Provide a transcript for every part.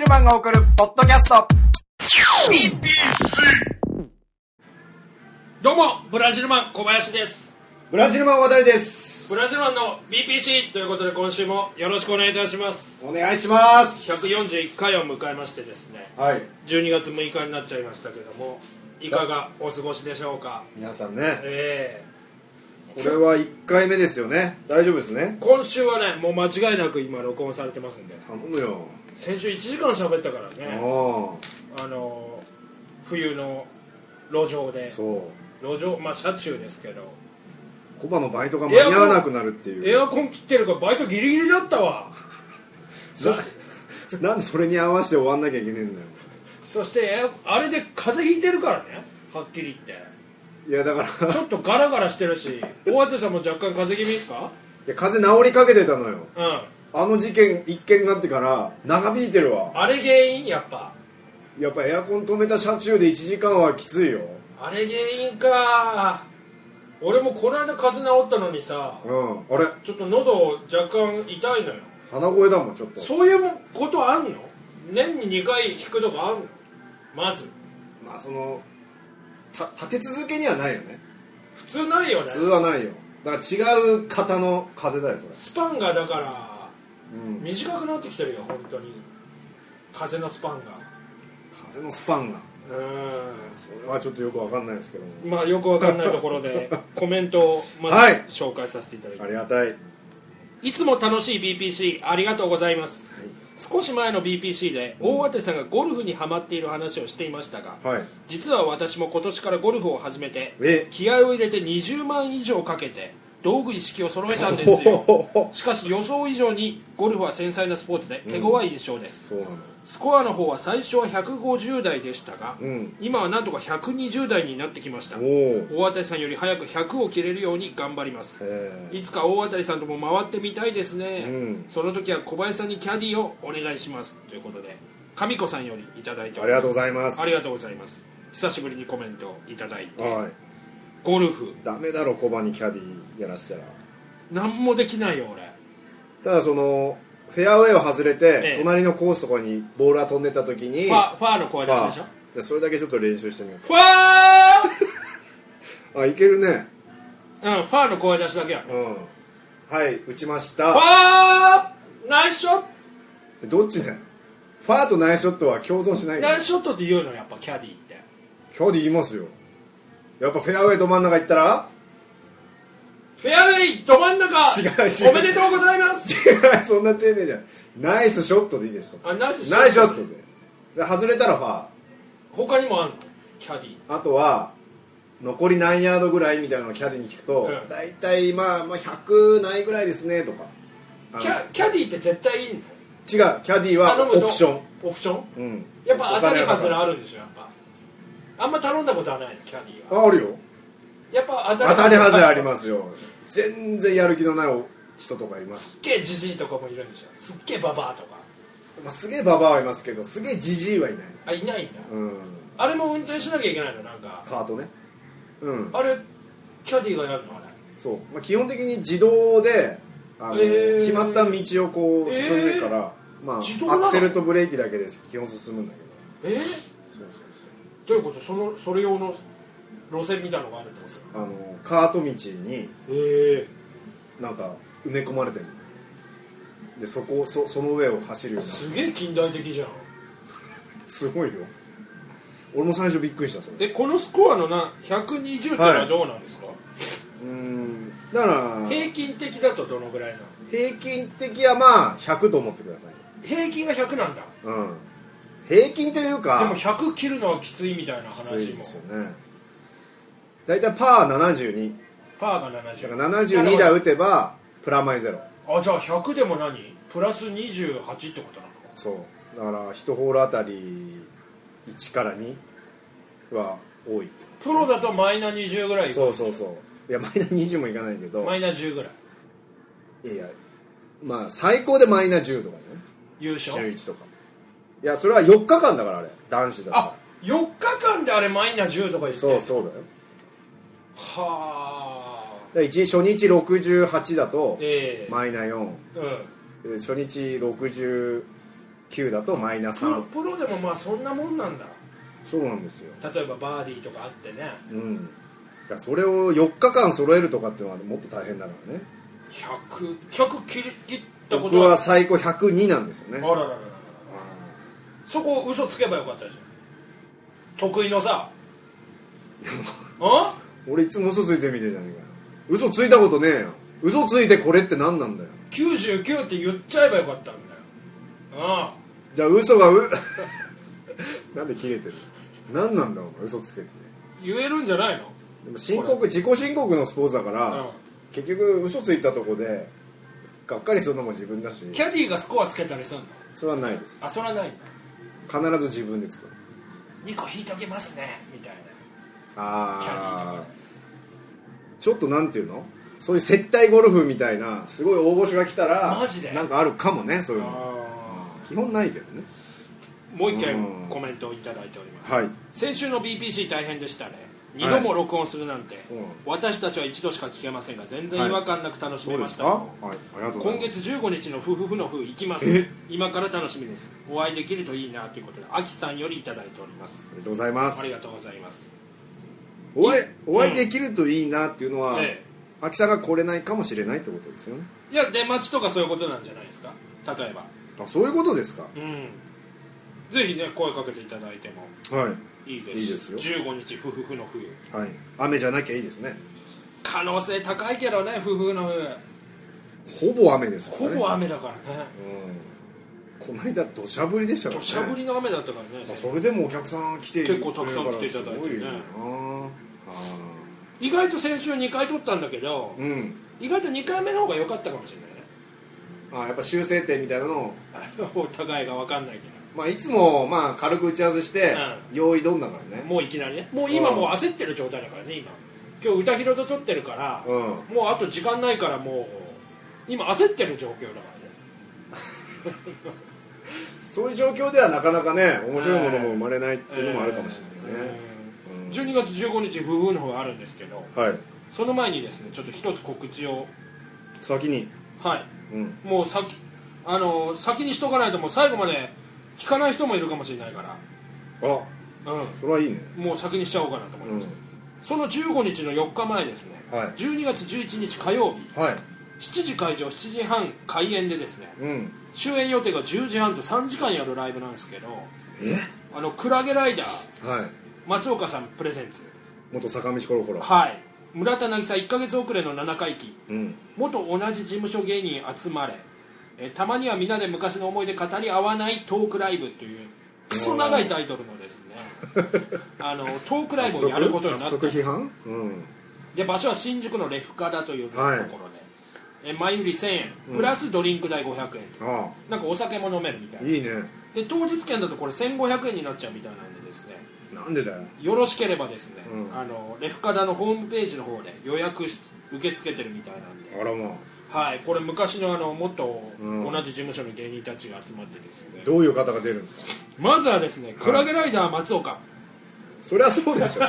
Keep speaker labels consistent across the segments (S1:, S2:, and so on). S1: ルマンが送るポッドキャスト
S2: どうもブラジルマン小林です
S3: ブラジルマン渡りです。
S2: ブラジルマンの BPC ということで今週もよろしくお願いいたします
S3: お願いします。
S2: 141回を迎えましてですね
S3: はい、
S2: 12月6日になっちゃいましたけどもいかがお過ごしでしょうか
S3: 皆さんね、
S2: え
S3: これは1回目ですよね。大丈夫ですね
S2: ー。今週はねもう間違いなく今録音されてますんで
S3: 頼むよ。
S2: 先週1時間喋ったから
S3: あ
S2: ね
S3: あ、
S2: あのー冬の路上で
S3: そ
S2: 路上まあ車中ですけど
S3: う。コバのバイトが間に合わなくなるってい
S2: エ
S3: う。
S2: アコン切ってるからバイトギリギリだったわそして
S3: ななんでそれに合わせて終わんなきゃいけねえんだよ。
S2: そしてエアあれで風邪ひいてるからねはっきり言っ
S3: いやだから
S2: てちょっとガラガラしてるし大当さんも若干風邪気味ですか
S3: いや風邪治りかけてたのよ。
S2: うん
S3: あの事件一件があってから長引いてるわ。
S2: あれ原因やっぱ
S3: やっぱエアコン止めた車中で1時間はきついよ。
S2: あれ原因か俺もこの間風邪治ったのにさ
S3: うん。あれ、
S2: ちょっと喉若干痛いのよ
S3: 鼻声だもんちょっと。
S2: そういうことあんの年に2回引くとかあんのまず
S3: まあそのた立て続けにはないよね。
S2: 普通ないよね
S3: 普通はないよだから違う方の風だよそれ
S2: スパンがだから
S3: うん
S2: 短くなってきてるよ本当に風のスパンが
S3: 風のスパンが
S2: うん
S3: それはちょっとよくわかんないですけども
S2: まあよくわかんないところ でコメントをまず
S3: はい
S2: 紹介させていただきま
S3: あ
S2: す、
S3: りがたい、はい、
S2: い、つも楽しい BPC ありがとうございます少し前の BPC で大当てさんがゴルフにハマっている話をしていましたが、
S3: はい
S2: 実は私も今年からゴルフを始めて
S3: え
S2: 気合を入れて20万以上かけて道具一式を揃えたんです よしかし予想以上にゴルフは繊細なスポーツで手強い印象です、
S3: そうなの
S2: スコアの方は最初は150台でしたが、
S3: うん
S2: 今はなんとか120台になってきました
S3: おお
S2: 大当たりさんより早く100を切れるように頑張ります
S3: えー
S2: いつか大当たりさんとも回ってみたいですね、
S3: うん
S2: その時は小林さんにキャディをお願いしますということで神子さんよりいただいております
S3: ありがとうございます
S2: ありがとうございます久しぶりにコメントをいただいて、
S3: はい
S2: ゴルフ
S3: ダメだろコバにキャディやらせたら
S2: 何もできないよ俺
S3: ただそのフェアウェイを外れて、
S2: ええ
S3: 隣のコースとかにボールが飛んでた時に
S2: ファファーの声出し
S3: ま
S2: で
S3: あ
S2: しょ
S3: でそれだけちょっと練習してみよ
S2: ファ
S3: うあいけるね
S2: ーうんファーの声出しだけやフ
S3: うんはい打ちました
S2: ァーナイスショッ
S3: どっちねファーとナイスショットは共存しない
S2: ト
S3: から
S2: ナイスショットって言うのやっぱキャディって
S3: キャディ言いますよやっぱフェアウェイど真ん中行ったら
S2: フェアウェイど真ん中
S3: 違う違う
S2: おめでとうございます
S3: そんな丁寧じゃんナイスショットでいいでしょ
S2: あナイス
S3: ナイスショットでで外れたらファ
S2: 他にもあんのキャディ
S3: ーあとは残り何ヤードぐらいみたいなのをキャディに聞くと、
S2: うん
S3: 大体まあまあ100ないぐらいですねとかあの
S2: キャキャディって絶対いいの
S3: 違うキャディは
S2: 頼む
S3: オ
S2: と
S3: プション、
S2: オプション
S3: うん、
S2: やっぱ当たり外れ
S3: あ
S2: あるんでしょやっぱあんま頼んだことはないのキャディは
S3: あるよ
S2: やっぱ当
S3: 当た
S2: たり
S3: り外れあり
S2: す
S3: ますよ全然やる気のない人とかいます、
S2: すっげえじじいとかもいるんでしょすっげえババアとか
S3: まあ、すげえババアはいますけどすげえジジイはいない、
S2: あいないんだ
S3: うん、
S2: あれも運転しなきゃいけないのなんか
S3: カートねうん
S2: あれキャディがやるのあれ
S3: そう、まあ、基本的に自動であの、
S2: えー
S3: 決まった道をこう進んでるから、ま
S2: 自動な
S3: あ、
S2: の
S3: アクセルとブレーキだけです基本進むんだけど
S2: えー、
S3: そうそう
S2: どういうことそのそれ用の路線みたいのがあるってこと
S3: そうあのカート道に
S2: ええ
S3: なんか埋め込まれてるでそこそその上を走るようになる
S2: すげえ近代的じゃん
S3: すごいよ俺も最初びっくりしたそれ
S2: えこのスコアのな120ってのはどうなんですか、
S3: うんだから
S2: 平均的だとどのぐらいなの
S3: 平均的はまあ100と思ってください、
S2: 平均が100なんだ
S3: うん、平均というか
S2: でも100切るのはきついみたいな
S3: きつ
S2: 話
S3: い
S2: も
S3: ですよね大体パー72
S2: パーが70
S3: だから72台打てばプラマイゼロ
S2: あじゃあ100でも何プラス28ってことなの
S3: そうだから1ホールあたり1から2は多いってこ
S2: プロだとマイナ20ぐらい
S3: とそうそうそういやマイナ20もいかないけど
S2: マイナ10ぐらい
S3: いやいやまあ最高でマイナ10とかね
S2: 優勝
S3: 11とかいやそれは4日間だからあれ男子だ
S2: あ
S3: から
S2: 4日間であれマイナ10とか言って
S3: そうそうだよだか
S2: はあ
S3: ら一初日68だと
S2: ええ
S3: マイナ4
S2: うん
S3: で初日68 9だとマイナ
S2: プロ
S3: 3
S2: プロでもまあそんなもんなんだ
S3: そうなんですよ
S2: 例えばバーディーとかあってね
S3: うんだからそれを4日間揃えるとかっていうのはもっと大変だからね
S2: 100 100切り切ったこ
S3: 僕
S2: と
S3: は最高102なんですよ
S2: あ
S3: ね
S2: らららららそこ嘘つけばよかったじゃん得意の さあ
S3: 俺いつも嘘ついてみてるじゃねえかよ嘘ついたことねえよ嘘ついてこれって何なんだよ
S2: 99って言っちゃえばよかったんだよあ
S3: じゃあ嘘がう なんで切れてる何なんだお前嘘つけって
S2: 言えるんじゃないの
S3: でも申告自己申告のスポーツだか
S2: う
S3: ら、
S2: ん
S3: 結局嘘ついたとこでがっかりするのも自分だし
S2: キャディーがスコアつけたりするの
S3: それはないです
S2: あそれはないの
S3: 必ず自分で作る
S2: 2個引いときますねみたいなキャディーと
S3: あ
S2: か
S3: あちょっとなんていうのそういう接待ゴルフみたいなすごい大御所が来たら
S2: マジで
S3: なんかあるかもねそういうの
S2: あ
S3: 基本ないけどね
S2: ーもう一回
S3: うん
S2: コメントをいただいております、
S3: はい
S2: 先週の BPC 大変でしたね2度も録音するなんて、
S3: そうなんです
S2: 私たちは一度しか聞けませんが全然違和感なく楽し
S3: そ
S2: め
S3: うで
S2: ますし
S3: か
S2: た、
S3: はいありがとうござ
S2: 今
S3: います
S2: 月15日の「ふふふのふ」行きます今から楽しみですお会いできるといいなということであきさんよりいただいております
S3: ありがとうございま
S2: あ
S3: す
S2: りがとうございます
S3: お会い
S2: い
S3: お会いできるといいなっていうのは、
S2: ええ
S3: 秋さんが来れないかもしれないってことですよね
S2: いや出待ちとかそういうことなんじゃないですか例えば
S3: あそういうことですか
S2: うんぜひね声かけていただいても
S3: はい
S2: いいです
S3: いいですよ
S2: 15日ふふふのふ
S3: はい雨じゃなきゃいいですね
S2: 可能性高いけどねふふふのふ
S3: ほぼ雨ですか
S2: ほ
S3: らね
S2: ぼ雨だからね
S3: この間土砂降りでしたから
S2: 土
S3: ね
S2: 砂降りの雨だったからね
S3: まあそれでもお客さん来て
S2: 結構たくさん来ていただいてね
S3: くれるからすごいよな
S2: 意外と先週2回撮ったんだけど
S3: あーうん
S2: 意外と2回目の方が良かったかもしれないね
S3: あーやっぱ修正点みたいなのを、
S2: あのお互いが分かんないけ
S3: まあ、いつもまあ軽く打ち合わせして、用意どんだから
S2: ど
S3: ね
S2: もういきなりねもう今もう焦ってる状態だからね今今日歌広と撮ってるから、
S3: う
S2: もうあと時間ないからもう今焦ってる状況だからね
S3: そういう状況ではなかなかね面白いものも生まれないっていうのもあるかもしれないね、
S2: えー12月15日夫婦の方があるんですけど
S3: はい
S2: その前にですねちょっと一つ告知を
S3: 先に
S2: はい
S3: うん
S2: もう先あの先にしとかないともう最後まで聞かない人もいるかもしれないから
S3: あ
S2: う
S3: それはいいね
S2: んもう先にしちゃおうかなと思いました、その15日の4日前ですね、
S3: はい
S2: 12月11日火曜日
S3: はい
S2: 7時会場7時半開演でですね
S3: うん
S2: 終演予定が10時半と3時間やるライブなんですけど
S3: え
S2: あのクラゲライダー
S3: はい
S2: 松岡さんプレゼンツ
S3: 元坂道コロコロ
S2: はい村田渚1ヶ月遅れの7回忌
S3: うん
S2: 元同じ事務所芸人集まれえーたまには皆で昔の思い出語り合わないトークライブというクソ長いタイトルのです ねあのトークライブをやることになっ
S3: 早
S2: て
S3: 速批判うん
S2: で場所は新宿のレフカダというところ
S3: は
S2: で
S3: い、
S2: え前売り1000円プラスドリンク代500円と、
S3: あ
S2: なんかお酒も飲めるみたい
S3: あ
S2: ない
S3: いね
S2: で当日券だとこれ1500円になっちゃうみたいなんでですね
S3: なんでだよ
S2: よろしければですね、
S3: うん
S2: あのレフカダのホームページの方で予約し受け付けてるみたいなんで
S3: あらまあ
S2: はい、これ昔のあの元
S3: うん
S2: 同じ事務所の芸人たちが集まってですね、
S3: どういう方が出るんですか
S2: まずはですねクラゲライダー松岡、
S3: そりゃそうでしょ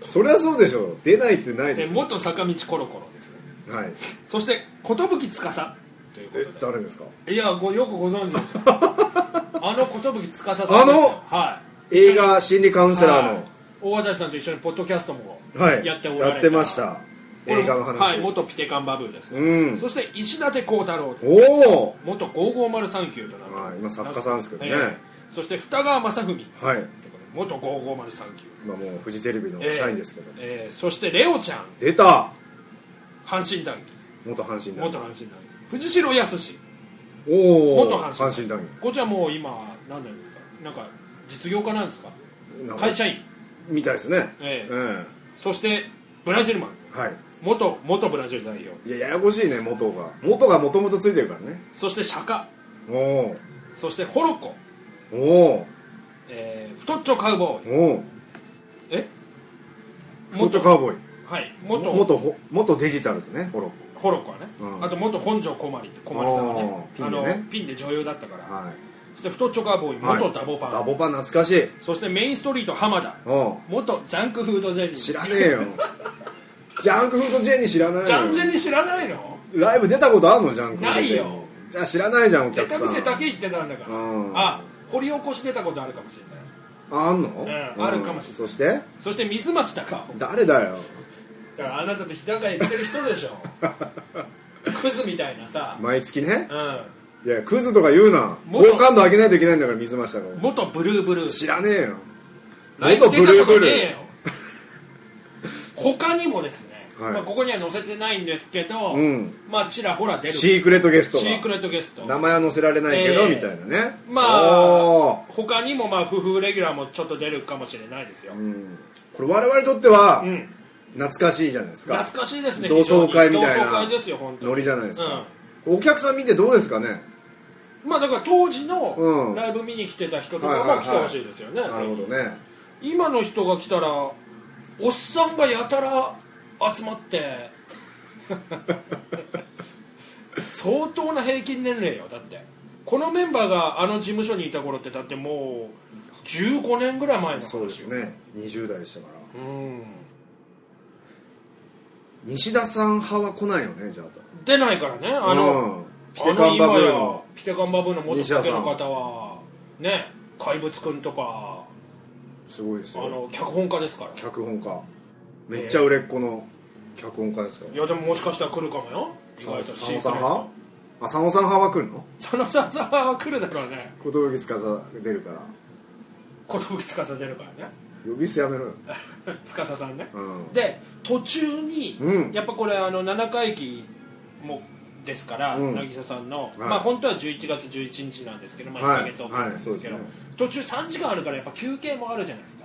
S3: そりゃそうでしょ出ないってない
S2: え
S3: でしょ
S2: 元坂道コロコロですね
S3: はい
S2: そして寿司という
S3: え
S2: こと
S3: 誰ですか
S2: でいやごよくご存知でし ょあの寿司司さんです
S3: あの
S2: はい
S3: 映画心理カウンセラー
S2: はい大和田さんと一緒にポッドキャストも
S3: のはい
S2: やっておられた
S3: やってました
S2: これ
S3: 映画の
S2: はい
S3: 話
S2: 元ピテカンバブーですね、
S3: うん
S2: そして石立幸太郎
S3: おお
S2: 元55039となる
S3: はい今作家さんですけどね
S2: そして二川正文
S3: はい
S2: 元55039
S3: 今もうフジテレビの社員ですけど
S2: えーそしてレオちゃん
S3: 出た
S2: 阪神団
S3: 元阪神
S2: 元
S3: 団
S2: 阪神団藤代康
S3: おお
S2: 元阪神
S3: 阪神団
S2: こっちはもう今何なんですかなんか実業家なんですか
S3: なんか
S2: 会社員
S3: みたいですね
S2: ええ
S3: うん
S2: そしてブラジルマン
S3: はい
S2: 元元ブラジル代表
S3: いやややこしいね元が元がもともとついてるからね
S2: そして釈迦
S3: お
S2: そしてホロコ、
S3: おお
S2: えー、太っちょカウボーイ
S3: おお
S2: え
S3: 元カウボーイ
S2: はい元
S3: 元元ほ元デジタルですねホロッ
S2: ホ
S3: コ
S2: ロコはね、
S3: うん
S2: あと元本庄こまりってこまりさんがねあ
S3: あーピンで
S2: の
S3: ね
S2: ピンで女優だったから、
S3: はい
S2: そして太っちょカウボーイ
S3: はい
S2: 元ダボパン、
S3: ダボパン懐かしい
S2: そしてメインストリート浜田
S3: おう
S2: 元ジャンクフードジェニー
S3: 知ら ねえよジャンクフードジェニー知らないよ
S2: ジャンジェニー知らないの
S3: ライブ出たことあんのジャンクフード
S2: ない
S3: ジェニー
S2: よ
S3: じゃあ知らないじゃんお
S2: ネ
S3: 客
S2: タ
S3: さ
S2: 見
S3: ん
S2: せだけ行ってたんだから、
S3: うん
S2: あ掘り起こしてたことあるかもしれない
S3: ああんの、
S2: うんあるかもしれない
S3: そして
S2: そして水町隆夫
S3: 誰だよ
S2: だからあなたと日高行ってる人でし ょクズみたいなさ、
S3: 毎月ね
S2: う
S3: いやクズとか言うな
S2: もっと
S3: 好感度上げないといけないんだから水増したから
S2: ん、元ブルーブルー
S3: 知らねえよ
S2: ライブ出たことねえ
S3: ー
S2: よ他にもですね、
S3: はい
S2: まあ、ここには載せてないんですけど、
S3: うん
S2: まあちらほら出る
S3: シークレットゲスト
S2: シーク
S3: が
S2: レットゲスト
S3: 名前は載せられないけど、
S2: ええ
S3: みたいなね
S2: ま
S3: お
S2: あ
S3: ー
S2: 他にもまあ夫婦レギュラーもちょっと出るかもしれないですよ、
S3: うんこれ我々にとっては
S2: うん
S3: 懐かしいじゃないですか
S2: 懐かしいですね
S3: 同窓会みたい
S2: 同窓会ですよ
S3: な
S2: 本当に
S3: ノリじゃないですか、お客さん見てどうですかね
S2: うんまあだから当時
S3: うん
S2: のライブ見に来てた人とか
S3: はいはい
S2: も
S3: はい
S2: 来てほしいですよね、
S3: なるほどね
S2: 今の人が来たらおっさんがやたら集まって相当な平均年齢よだってこのメンバーがあの事務所にいた頃ってだってもう15年ぐらい前の話
S3: そうです
S2: よ
S3: ね20代でしたから
S2: うん
S3: 西田さん派は来ないよねじゃあと
S2: 出ないからねあの、
S3: うんピ
S2: あ
S3: テ
S2: の
S3: カンバ
S2: 今
S3: ブー
S2: や
S3: の
S2: ピテカンバブーの元助けの方はね怪物くんとか
S3: すごいです
S2: あ
S3: よ
S2: の脚本家ですから
S3: 脚本家めっちゃ売れっ子の脚本家ですよ
S2: いやでももしかしたら来るかもよ意外と
S3: 佐
S2: シ
S3: 野
S2: ー
S3: さ
S2: クレ
S3: ん
S2: ッ
S3: 派
S2: ト
S3: あ佐野さん派は来るの
S2: 佐野さんさんは来るだろうね
S3: 小峠司が出るから
S2: 小峠司出るから ね
S3: 呼び捨てやめろよ
S2: 司さんね、
S3: うん
S2: で途中に、
S3: うん
S2: やっぱこれあの7回忌もですから、
S3: うん
S2: 渚さんの、
S3: はい
S2: まあ本当は11月11日なんですけど、まあ、
S3: は
S2: 1
S3: い
S2: か月遅れなんですけど、
S3: はいそうで
S2: 途中3時間あるからやっぱ休憩もあるじゃないですか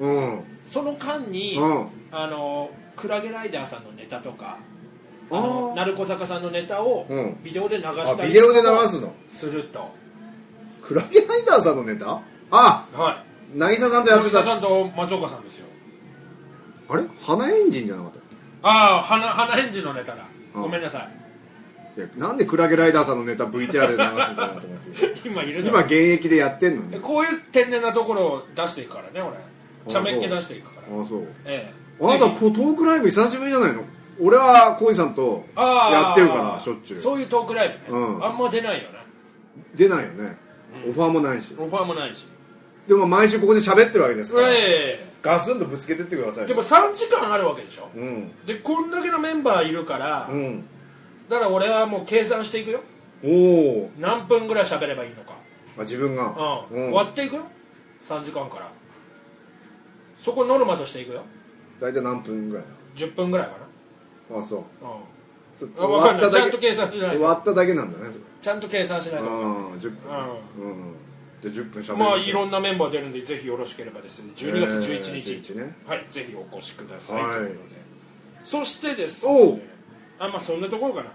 S3: うん
S2: その間に、
S3: うん
S2: あのクラゲライダーさんのネタとか
S3: あ
S2: あの
S3: ー
S2: 鳴子坂さんのネタを
S3: うん
S2: ビデオで流し
S3: あ
S2: た
S3: ビ
S2: り
S3: デ
S2: と
S3: オで流
S2: か
S3: すの
S2: すると、
S3: クラゲライダーさんのネタあ
S2: は
S3: 渚さん
S2: い
S3: とやって
S2: 渚
S3: た
S2: さんと松岡さんですよ
S3: あれ花エンジンじゃなかったっ
S2: ああ花花返事のネタだ、
S3: うん
S2: ごめんなさい
S3: けいやなんでクラゲライダーさんのネタ VTR で流すのかなと思って
S2: 今いるだろ
S3: 今現役でやってんのにあ
S2: こういう天然なところを出していくからね俺茶目っ気出していくから
S3: そう
S2: ええ
S3: あなた
S2: ぜひ
S3: こうトークライブ久しぶりじゃないの俺は浩次さんと
S2: あー
S3: やってるからしょっちゅう
S2: そういうトークライブね、
S3: うん
S2: あんま出ないよね
S3: 出ないよね、オファーもないし
S2: オファーもないし
S3: でも毎週ここで喋ってるわけですから、
S2: ええ
S3: ガスンとぶつけてってください
S2: でも3時間あるわけでしょ、
S3: うん
S2: でこんだけのメンバーいるから、
S3: うん
S2: だから俺はもう計算していくよ
S3: おお、
S2: 何分ぐらい喋ればいいのか、
S3: まあ、自分が
S2: うん
S3: うん
S2: 割っていくよ3時間からそこノルマとしていくよ
S3: 大体何分ぐらい
S2: 10分ぐらいか
S3: なあそう
S2: な、うん、
S3: そ
S2: あわかんないちゃんと
S3: け
S2: 計算しない
S3: 終
S2: と
S3: わっただけなんだねそれ
S2: ちゃんと計算しないと
S3: うん
S2: う
S3: 10
S2: ん
S3: 分うん、じゃあ10分喋る
S2: まあいろんなメンバー出るんでぜひよろしければですね12月11日、
S3: えー11ね
S2: はいぜひお越しください、
S3: はい
S2: ということでそしてです
S3: おう
S2: ねあまあそんなところかな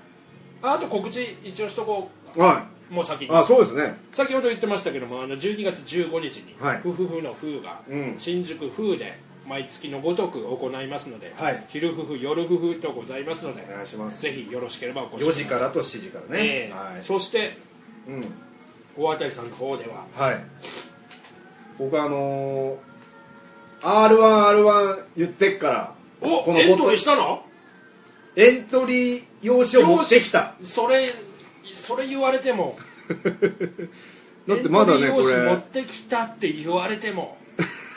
S2: ああと告知一応しとこ
S3: は
S2: うもう先
S3: い
S2: に
S3: あそうですね
S2: 先ほど言ってましたけどもあの12月15日に「
S3: はい
S2: ふふふの「ふ」が
S3: うん
S2: 新宿「ふ」で毎月のごとく行いますので、
S3: はい
S2: 昼ふふ夜ふふとございますので
S3: お願いします
S2: ぜひよろしければお越
S3: 4
S2: し
S3: 時
S2: くだ
S3: か
S2: さい
S3: らと7時からね、
S2: ええ
S3: はい
S2: そして
S3: うん
S2: 大当たりさんの方では
S3: はい僕はあのー、R1R1 言ってっから
S2: お
S3: この
S2: エン
S3: ホ
S2: トリー
S3: ット
S2: したの
S3: エントリー用紙を持ってきた
S2: それそれ言われても
S3: だってまだね
S2: エント
S3: こ
S2: リー用紙持っ
S3: れ
S2: てきたって言われても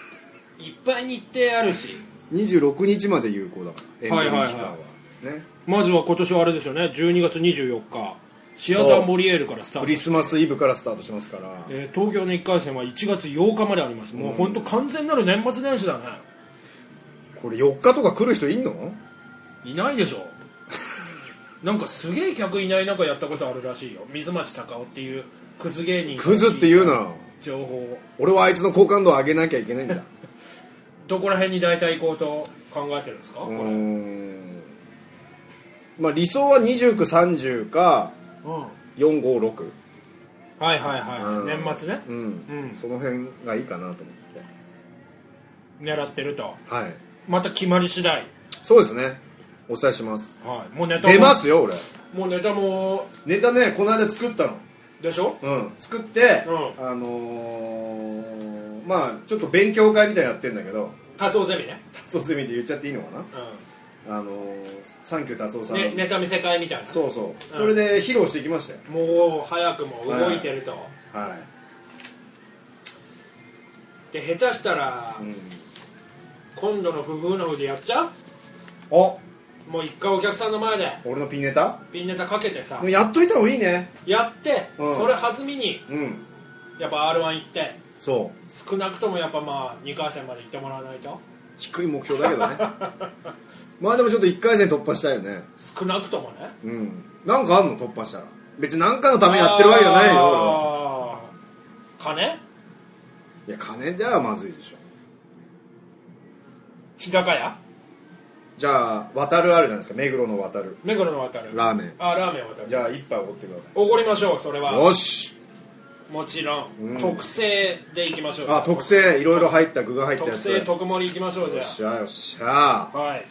S2: いっぱい日程あるし
S3: 26日まで有効だからエントリー期間は,、
S2: はいは
S3: ね
S2: まずは今年はあれですよね12月24日シアターモリエールからスター
S3: ク
S2: ト
S3: リ、スマスイブからスタートしますから
S2: えー東京の1回戦は1月8日までありますもう本当完全なる年末年始だね
S3: これ4日とか来る人いんの
S2: いないでしょなんかすげえ客いない中やったことあるらしいよ水町隆夫っていうクズ芸人
S3: クズっていうな
S2: 情報を
S3: 俺はあいつの好感度を上げなきゃい けないんだ
S2: どこら辺に大体行こうと考えてるんですか、
S3: う
S2: こ
S3: ー
S2: れ
S3: んまあ理想は2930か456
S2: はいはいはい、
S3: うん
S2: 年末ね
S3: うん、
S2: うん
S3: その辺がいいかなと思って
S2: 狙ってると
S3: はい
S2: また決まり次第、
S3: そうですねお伝えします
S2: はい、もうネタも
S3: 出ますよ俺
S2: もうネタも
S3: ネタねこの間作ったの
S2: でしょ
S3: うん、作って、
S2: う
S3: あのーまあちょっと勉強会みたいなのやってんだけど
S2: 達夫ゼミね、
S3: 達夫ゼミで言っちゃっていいのかな
S2: う
S3: あのーサンキュー達夫さん、
S2: ね、ネタ見せ会みたいな
S3: そうそう、それで披露してきましたよ
S2: もう早くも動いてると、
S3: はい、
S2: で下手したら、
S3: うん、
S2: 今度の不遇のふでやっちゃう
S3: お
S2: もう一回お客さんの前で
S3: 俺のピンネタ
S2: ピンネタかけてさ、
S3: もうやっといた方がいいね
S2: やって、
S3: うん
S2: それ弾みに
S3: うん
S2: やっぱ r 1行って
S3: そう
S2: 少なくともやっぱまあ2回戦まで行ってもらわないと
S3: 低い目標だけ どねまあでもちょっと1回戦突破したいよね
S2: 少なくともね
S3: うんなんかあんの突破したら別に何かのためにやってるわけじゃないよ俺は
S2: よ金
S3: いや金じゃまずいでしょ
S2: 日高屋
S3: じゃあ渡るあるじゃないですか目黒の渡る
S2: 目黒の渡る
S3: ラーメン
S2: あラーメン渡
S3: じ
S2: る
S3: ゃあ一杯おごってくださ
S2: おごりましょうそれ
S3: い
S2: は
S3: よし
S2: もちろん、
S3: うん
S2: 特製でいきましょう
S3: あ特製いろいろ入った具が入ったや
S2: 特
S3: つ
S2: 製
S3: よ
S2: 特盛りいきましょうじゃ
S3: っしゃよっしゃ
S2: あはい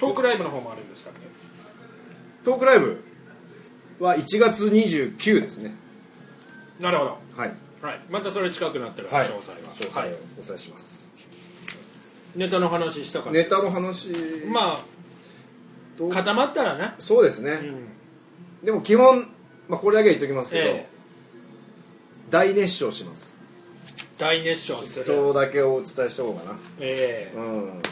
S2: トークライブの方もあるんでしたっけ
S3: トークライブは1月29ですね
S2: なるほど
S3: はい
S2: はい、またそれ近くなってる、詳細は
S3: 詳細
S2: はい
S3: をお伝えします、
S2: ネタの話したから
S3: ネタの話
S2: ま
S3: ど
S2: あ
S3: う
S2: 固まったらね、
S3: そうですね、
S2: うん
S3: でも基本、まあ、これだけは言っときますけど、
S2: ええ
S3: 大熱唱します
S2: 大熱唱する
S3: 人だけをお伝えした方がな
S2: ええ
S3: うん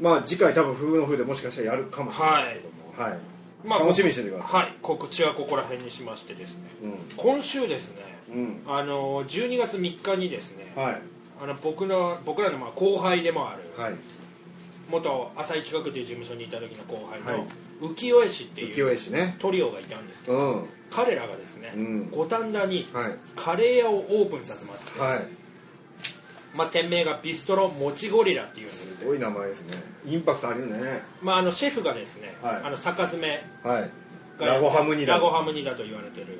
S3: まあ次回多分「風の風」でもしかしたらやるかもしれないですけどもはい、
S2: まあ
S3: 楽しみにしててくださ
S2: はい告知はここら辺にしましてですね、
S3: うん
S2: 今週ですね、
S3: うん
S2: あの12月3日にですね、
S3: はい
S2: あの僕の僕らのまあ後輩でもある、
S3: はい
S2: 元浅井企画という事務所にいた時の後輩の、
S3: はい
S2: 浮世絵師って
S3: 浮
S2: い
S3: 世
S2: う
S3: 絵師ね
S2: トリオがいたんですけ
S3: う
S2: ど、
S3: ん
S2: 彼らがですね
S3: うん
S2: 五反田に
S3: はい
S2: カレー屋をオープンさせます、
S3: はい
S2: まあ、店名がビストロもちゴリラっていうんです
S3: すごい名前ですねインパクトあるよね
S2: まあ、あのシェフがですね、
S3: はい
S2: あの坂爪
S3: はい
S2: がやっ
S3: ラゴハムニラ
S2: ラゴハムニラと言われてる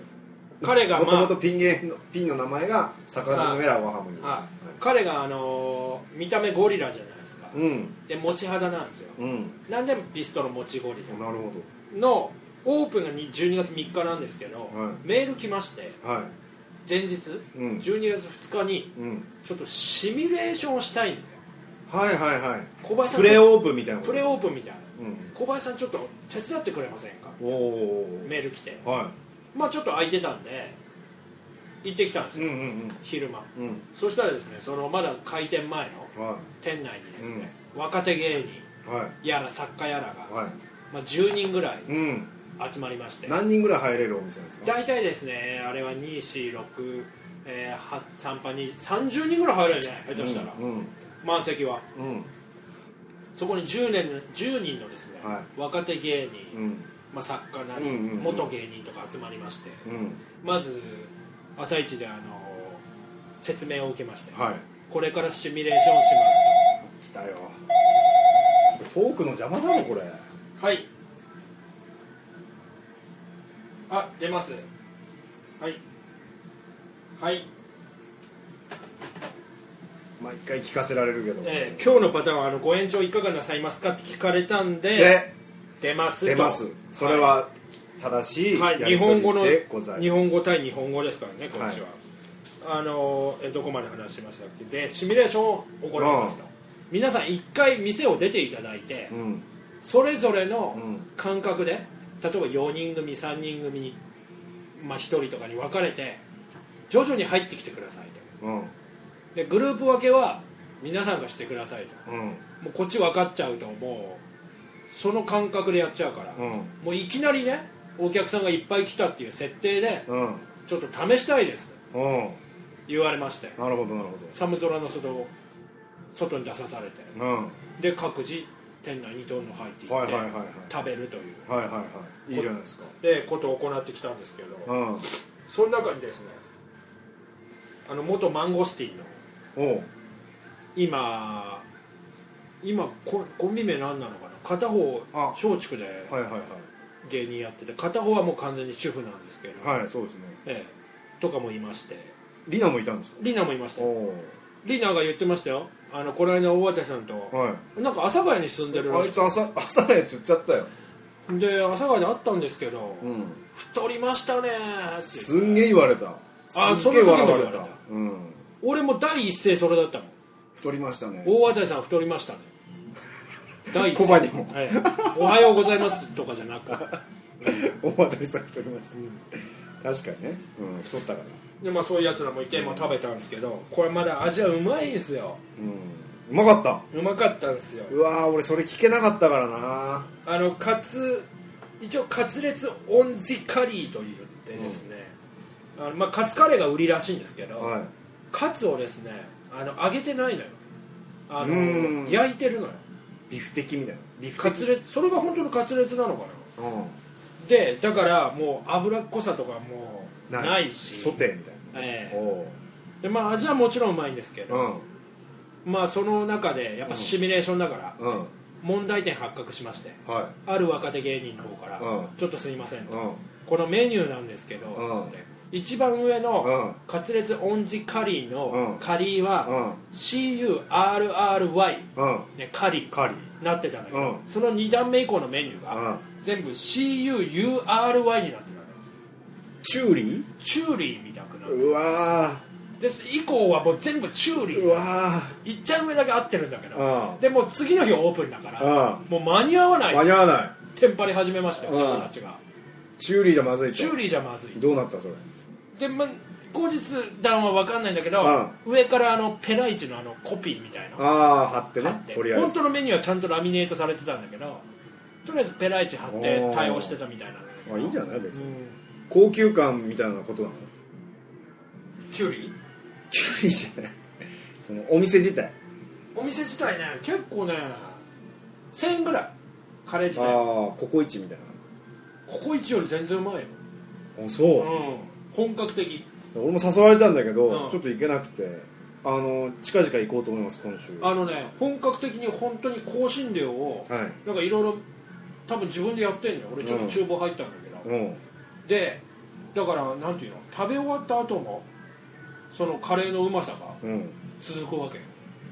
S2: 彼が
S3: もと
S2: ま
S3: も
S2: あ
S3: とピン芸のピンの名前が坂爪ラゴハムニラ
S2: はい彼があのー見た目ゴリラじゃないですか、
S3: いうん
S2: で持ち肌なんですよ
S3: うん
S2: なんでビストロもちゴリ
S3: なるほ
S2: ラのオープンがに12月3日なんですけど、
S3: はい
S2: メール来まして
S3: どは
S2: 前日、
S3: うん
S2: 12月2日に
S3: い、うん、
S2: ちょっとシミュレーションをしたいんだよ
S3: はいはいはい
S2: 小林さん
S3: プレオープンみたいな
S2: プレオープンみたいな
S3: うん
S2: 小林さんちょっと手伝ってくれませんか
S3: おお
S2: メール来て
S3: は
S2: まあちょっと空いてたんで行ってきたんです
S3: い
S2: よ、
S3: んうん
S2: 昼間
S3: うんうん
S2: そしたらですねそのまだ開店前の
S3: は
S2: 店内にですね、若手芸人
S3: いは
S2: やら作家やらが、
S3: いは
S2: まあ、10人ぐらい
S3: いうん
S2: 集まりまして
S3: 何人ぐらい入れるお店なんですか
S2: 大体ですねあれは246えー、は3班に30人ぐらい入るよね下手したら、
S3: うん
S2: 満席は
S3: うん
S2: そこに10年10人のですね、
S3: は
S2: 若手芸
S3: う
S2: 人、
S3: ん
S2: まあ、作家なり、
S3: うんうんうん
S2: 元芸人とか集まりまして、
S3: うん
S2: まず「朝一であの説明を受けまして、
S3: は
S2: これからシミュレーションしま
S3: い来たよトークの邪魔だろこれ
S2: すとはいあ出ますはいはい、
S3: 毎回聞かせられるけど
S2: えー今日のパターンはあのご延長いかがなさいますかって聞かれたんで
S3: で
S2: 出ますと
S3: 出ますそれは正しい
S2: はい、
S3: や
S2: 日
S3: り
S2: 本
S3: 取
S2: 語の
S3: りでござい
S2: 日
S3: ま
S2: 本語対日本語ですからね今週は、あのえどこまで話しましたっけでシミュレーションを行いますと、皆さん一回店を出ていただいて、
S3: すうん
S2: それぞれの
S3: うん
S2: 感覚で、例えば4人組3人組、まあ、1人とかに分かれて徐々に入ってきてくださいと
S3: うん
S2: でグループ分けは皆さんがしてくださいと
S3: うん
S2: もうこっち分かっちゃうともうその感覚でやっちゃうから、
S3: うん
S2: もういきなりねお客さんがいっぱい来たっていう設定で
S3: うん
S2: ちょっと試したいですと
S3: うん
S2: 言われまして
S3: なるほどなるほ
S2: 寒空の外を外に出さされて
S3: どうん
S2: で各自店内にどんどん入っていって、
S3: はいはいはいはい
S2: 食べるという
S3: はいはいはいいいじゃないですか
S2: でことを行ってきたんですけど、
S3: うん
S2: その中にですねあの元マンゴスティンの
S3: おう
S2: 今今ココンビ名何なのかな片方
S3: あ
S2: 松竹で
S3: はいはいは
S2: 芸人やってて片方はもう完全に主婦なんですけど、
S3: いはいそうですね
S2: ええとかもいまして
S3: リナもいたんですか
S2: リナもいましたよ
S3: お
S2: リナが言ってましたよあのこの間大当さんと、
S3: おはい
S2: なんか阿佐ヶ谷に住んでるら
S3: あい
S2: し
S3: つ朝朝のやつ言っちゃったよ
S2: いで阿佐ヶ谷で会ったんですけど、
S3: うん
S2: 太りましたねーって
S3: すんげえ言われた
S2: あ
S3: すっげえ
S2: その時
S3: 笑
S2: も
S3: わ
S2: 言
S3: れ
S2: われ
S3: た
S2: た
S3: うん
S2: 俺も第一声それだったもん
S3: 太りましたね
S2: 大当さん太りましたね第一
S3: コバにも
S2: はいおはようございますとかじゃなく
S3: 大当たりされておりました、確かにね、うん、太ったから
S2: でまあそういうやつらもいて、まあ、食べたんですけどこれまだ味はうまいんですよ
S3: うまかった
S2: うまかったんですよ
S3: うわー俺それ聞けなかったからな
S2: あのカツ一応カツレツオンジカリーといってですね、あのまあ、カツカレーが売りらしいんですけど、
S3: はい
S2: カツをですねあの揚げてないのよあ
S3: うん
S2: の焼いてるのよ
S3: ビフ的みたいなビフ的
S2: カツレツそれが本当のカツレツなのかな
S3: う
S2: でだからもう脂っこさとかもうんないし
S3: ソテーみたい
S2: え
S3: な
S2: え
S3: おう
S2: でまあ味はもちろんうまいんですけど、
S3: うん
S2: まあその中でやっぱシミュレーションだから
S3: うん
S2: 問題点発覚しまして
S3: は
S2: ある若手芸人の方から
S3: うん
S2: 「ちょっとすいません」
S3: いうん
S2: と「このメニューなんですけど
S3: うん」
S2: つって一番上の
S3: う
S2: カツレツオンジカリー
S3: うん
S2: のカリー
S3: う
S2: は
S3: ん
S2: CURRY
S3: うん
S2: ねカリー
S3: カリ
S2: なってたんだけど
S3: うん
S2: その2段目以降のメニュー
S3: う
S2: が
S3: ん
S2: 全部 CUURY になってたのよ
S3: チューリ
S2: チューリーみたくな
S3: ーうわ
S2: です以降はもう全部チューリ
S3: ー
S2: ー
S3: うわ
S2: いっちゃん上だけ合ってるんだけど、
S3: うん
S2: でもう次の日オープンだから、
S3: うん
S2: もう間に合わない
S3: ー間に合わない
S2: テンパり始めましたよ、
S3: うん
S2: 友達が
S3: チューリーじゃまずいと
S2: チューリーじゃまずい
S3: どうなったそれ
S2: で、ま、後日談は分かんないんだけど、
S3: う
S2: 上からあのペライチのあのコピーみたいなの
S3: ああ貼ってね
S2: 貼って
S3: とりあえ
S2: 本
S3: ず
S2: 当のメニューはちゃんとラミネートされてたんだけどとりあえずペライチ貼って対応してたみたいなんだけど
S3: あいいんじゃない別
S2: う
S3: に
S2: ん
S3: 高級感みたいなことなの
S2: キュウリ
S3: キューリーじゃないそのお店自体
S2: お店自体ね結構ね1000円ぐらいカレー自
S3: ああ
S2: 体
S3: ココイチみたい
S2: ココイチより全然うまいよ、
S3: なあそう
S2: う、ん、本格的
S3: 俺も誘われたんだけど、
S2: うん
S3: ちょっと行けなくてあの近々行こうと思います今週
S2: あのね本格的に本当に香辛料を、
S3: は
S2: なんかいろいろ多分自分でやってんのよ俺ちょっと
S3: うん
S2: 厨房入ったんだけど、
S3: いうん
S2: でだからなんていうの食べ終わった後もそのカレーのうまさが
S3: うんへ
S2: 続くわけよ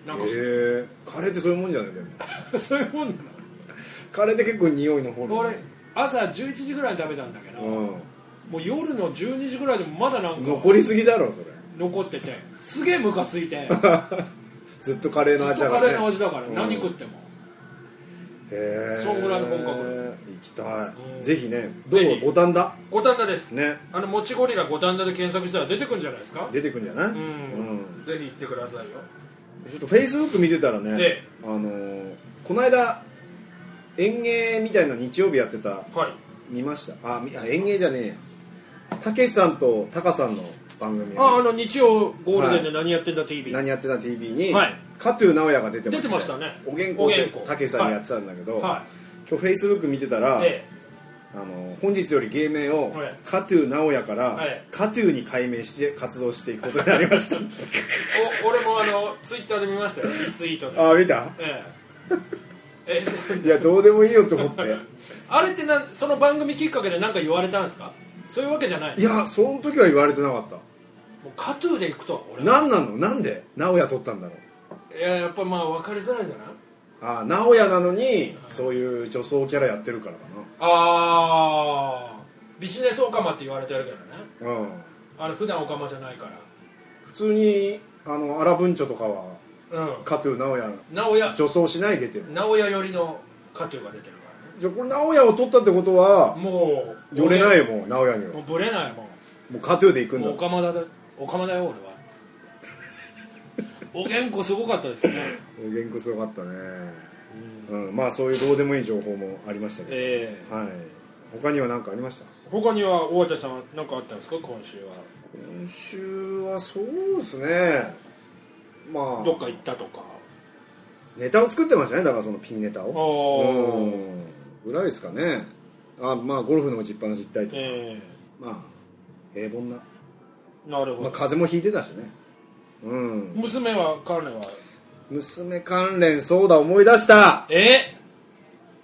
S2: なんか、
S3: えカレーってそういうもんじゃないでも
S2: そういうもんな
S3: カレーって結構匂いの方に
S2: の俺朝11時ぐらいに食べたんだけど、
S3: う
S2: もう夜の12時ぐらいでもまだなん
S3: ん
S2: か
S3: 残りすぎだろそれ
S2: 残っててすげえムカつい て
S3: ずっとカレーの
S2: ずっ
S3: 味
S2: と
S3: だか
S2: カ
S3: ら、ね、
S2: レーの味だから、
S3: うん
S2: 何食っても
S3: へえ
S2: そんぐらいの本格
S3: 行きたい、
S2: うん
S3: ぜひねどう
S2: ぜひ
S3: 五反田
S2: 五反田です、
S3: ね
S2: あのもちゴリラ五反田で検索したら出てくるんじゃないですか
S3: 出てくんじゃない、
S2: う
S3: うん
S2: ん、ぜひ行ってくださいよ
S3: ちょっとフェイスブック見てたらね、
S2: ええ
S3: あのーこの間園芸みたいな日曜日やってた
S2: はい
S3: 見ましたあみあ園芸じゃねえやたけしさんとたかさんの番組
S2: ああの日曜ゴールデンで何やってんだ TV、
S3: 何やってた TV に、
S2: はい
S3: 加藤直哉が出てました
S2: 出てましたね
S3: おげん
S2: お
S3: こ
S2: げんこ
S3: たけしさんがやってたんだけど、
S2: は
S3: 今日フェイスブック見てたら、
S2: いで
S3: あの本日より芸名を
S2: はい
S3: 加藤直哉から、
S2: はい
S3: 加藤に改名して活動していくことになりました
S2: お俺もあのツイッターで見ましたよリツイートで
S3: ああ見た
S2: えええ
S3: いやどうでもいいよと思って
S2: あれってなんその番組きっかけで何か言われたんですかそういうわけじゃない
S3: いやその時は言われてなかった
S2: もうカトゥーで行くとは俺は
S3: 何なのなんで直哉取ったんだろう
S2: いややっぱまあ分かりづらいじゃない
S3: ああ直哉なのにそういう女装キャラやってるからか
S2: ああビジネスオカマって言われてるけどね
S3: なうん
S2: あれ普段オカマじゃないから
S3: 普通にあのアラブンチョとかは
S2: うん
S3: 加藤直哉
S2: 直哉
S3: 女装しないで出てる
S2: 直哉寄りのカトゥーが出てるからね
S3: じゃあこれ直哉を取ったってことは
S2: もう
S3: 寄れないいよもう直哉には
S2: もうブレないも
S3: もう加藤で行く
S2: うんも
S3: だ
S2: うオカマだだオカマだよ俺は おげんこすごかったですね
S3: おげんこすごかったねうんまあそういうどうでもいい情報もありましたけ
S2: ええ
S3: どはい他には何かありました
S2: 他には大渡さん何かあったんですか今週は
S3: 今週はそうですねま
S2: どっ
S3: あ
S2: か行ったとか
S3: ネタを作ってましたねだからそのピンネタ
S2: あ
S3: をう
S2: あ
S3: んぐらいですかねあまあゴルフの打ちっぱなし行ったりとか
S2: え
S3: まあ平凡な
S2: えなるほ
S3: ま
S2: ど、
S3: あ風邪もひいてたしねうん
S2: 娘は彼女は
S3: 娘関連そうだ思い出した
S2: え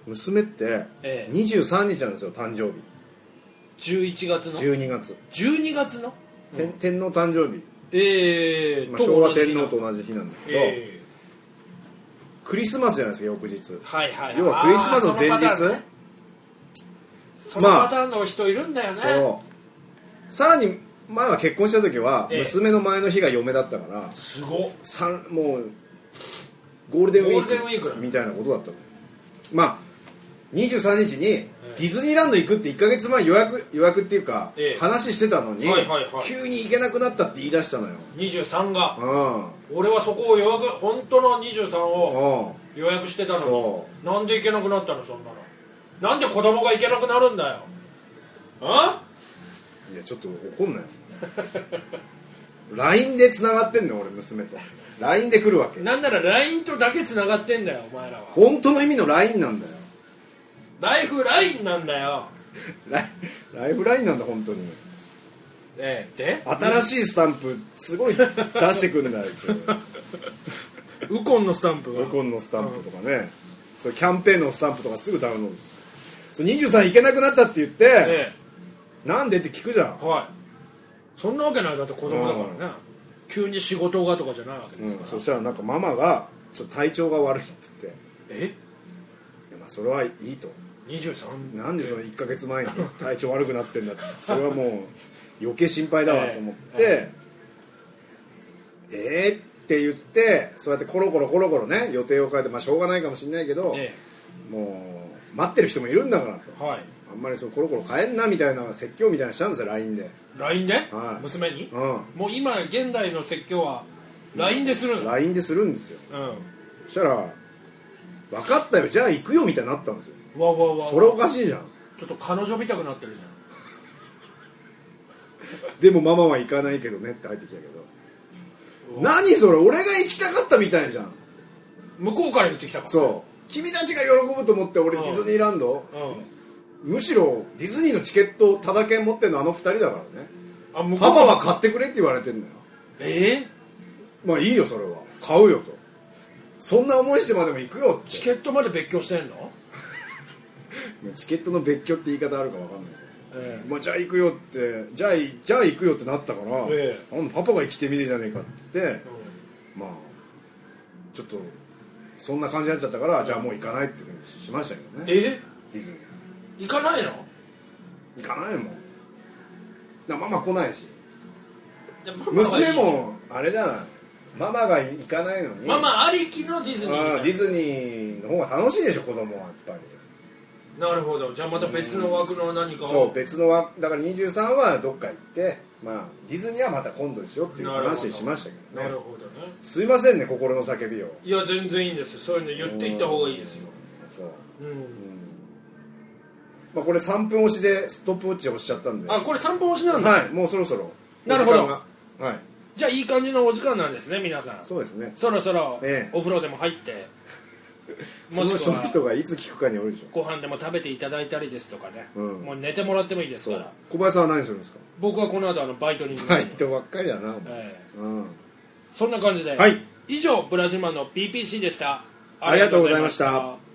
S3: 娘って
S2: ええ
S3: 23日なんですよ誕生日
S2: 11月の
S3: 12月、
S2: 12月の
S3: 天天皇誕生日、
S2: ええ
S3: まあ、昭和
S2: と同じ
S3: 天
S2: 日の
S3: 皇と同じ日なんだけど、
S2: え
S3: クリスマスじゃないですか翌日
S2: えはいはい
S3: 要はクリスマスの前
S2: あーそのパ
S3: 日
S2: ターンねその
S3: まあ
S2: パターンの人いるんだよね、
S3: そうさらに前は結婚した時は
S2: ええ
S3: 娘の前の日が嫁だったから、
S2: すごっ
S3: 三もうゴールデンウィ
S2: ゴールデンウィー
S3: ー
S2: クだ
S3: クみたいなことだったのよまあ23日にディズニーランド行くって1か月前予約予約っていうか、
S2: ええ
S3: 話してたのに、
S2: はいはいはい
S3: 急に行けなくなったって言い出したのよ
S2: 23が
S3: う
S2: 俺はそこを予約本当の23を
S3: んうん
S2: 予約してたの
S3: そ
S2: になんで行けなくなったのそんなのなんで子供が行けなくなるんだよあ
S3: いやちょっと怒んなよ LINE でつながってんのよ俺娘と LINE で来るわけ
S2: なんなら LINE とだけつながってんだよお前らは
S3: 本当の意味の LINE なんだよ
S2: ライフラインなんだよ
S3: ライライフラインなんだ本当に
S2: ええで
S3: 新しいスタンプすごい出してくんだあいつ
S2: ウコンのスタンプが
S3: ロコンのスタンプとかねそれキャンペーンのスタンプとかすぐダウンロードするそう23いけなくなったって言って、
S2: え
S3: なんでって聞くじゃん
S2: えはいそんなわけないだって子供だからね急に仕事がとかじゃないわけ
S3: う
S2: で
S3: ん
S2: す、から、
S3: そしたらなんかママが「ちょっと体調が悪い」って言っ
S2: え
S3: て「いやまあそれはいい」と「
S2: 23
S3: なんでその1か月前に体調悪くなってん だ」ってそれはもう余計心配だわと思って「えーって言ってそうやってコロコロコロコロね予定を変えてまあしょうがないかもしれないけど、
S2: え
S3: もう待ってる人もいるんだからと
S2: えはい
S3: あんまりそのコロコロ変えんなみたいな説教みたいなのしたんですよ LINE で
S2: LINE で、
S3: はい
S2: 娘に、
S3: うん
S2: もう今現代の説教は LINE でするの
S3: LINE でするんですよ
S2: うんわ
S3: そしたら「分かったよじゃあ行くよ」みたいになったんですよ
S2: わわわ
S3: それおかしいじゃん
S2: ちょっと彼女びたくなってるじゃ
S3: でもママは行かないけどねって入ってきたけど何それ俺が行きたかったみたいじゃん
S2: ん向こうから言ってきたから
S3: そう君たちが喜ぶと思って俺
S2: うん
S3: ディズニーランド
S2: うん
S3: むしろディズニーのチケットをただ券持ってんのあの二人だからね
S2: あ向こう
S3: パパは買ってくれって言われてんのよ
S2: ええ
S3: まあいいよそれは買うよとそんな思いしてまでも行くよって
S2: チケットまで別居してんの
S3: チケットの別居って言い方あるか分かんないけど、
S2: え
S3: まあ、じゃあ行くよってじゃあいじゃあ行くよってなったから、
S2: え
S3: あんたパパが生きてみねえじゃねえかって言って、
S2: う
S3: まあちょっとそんな感じになっちゃったから、じゃあもう行かないっていうふうにしましたけど
S2: ん
S3: ね
S2: え
S3: ディズ
S2: 行
S3: ニ
S2: かないの
S3: ー行かないもんなママ来ないし
S2: でママはいい
S3: 娘もあれだなママが行かないのに
S2: ママありきのディズニーみ
S3: あ
S2: たい
S3: ディズニーの方が楽しいでしょ子供はやっぱり
S2: ななるほどじゃあまた別の枠の何か
S3: そう
S2: を
S3: 別のわだから23はどっか行って、まあ、ディズニーはまた今度にしようっていう話しましたけ
S2: な
S3: ど
S2: る
S3: ね
S2: ほどね
S3: すいませんね心の叫びを
S2: いや全然いいんですそういうの言っていった方がいいですよ
S3: そう、
S2: うん
S3: まあ、これ3分押しでストップウォッチ押しちゃったんで
S2: あこれ散歩押しなんだ
S3: はいもうそろそろ
S2: なるほど
S3: お時間がはい
S2: じゃあいい感じのお時間なんですね皆さん
S3: そうですね
S2: そろそろ
S3: ええ
S2: お風呂でも入 って、も
S3: その
S2: しく
S3: 人の人
S2: は
S3: がいつ聞くかによるでしょ
S2: ご飯でも食べていただいたりですとかね、
S3: うん
S2: もう寝てもらってもいいです
S3: そ
S2: か
S3: う
S2: ら
S3: 小林さんは何するんですか
S2: 僕はこの後あのバイトに行きま
S3: バ
S2: す
S3: イトばっかりだな、
S2: ええ
S3: うん、
S2: そんな感じで、
S3: はい
S2: 以上ブラジルマンの PPC でした
S3: ありがとうございました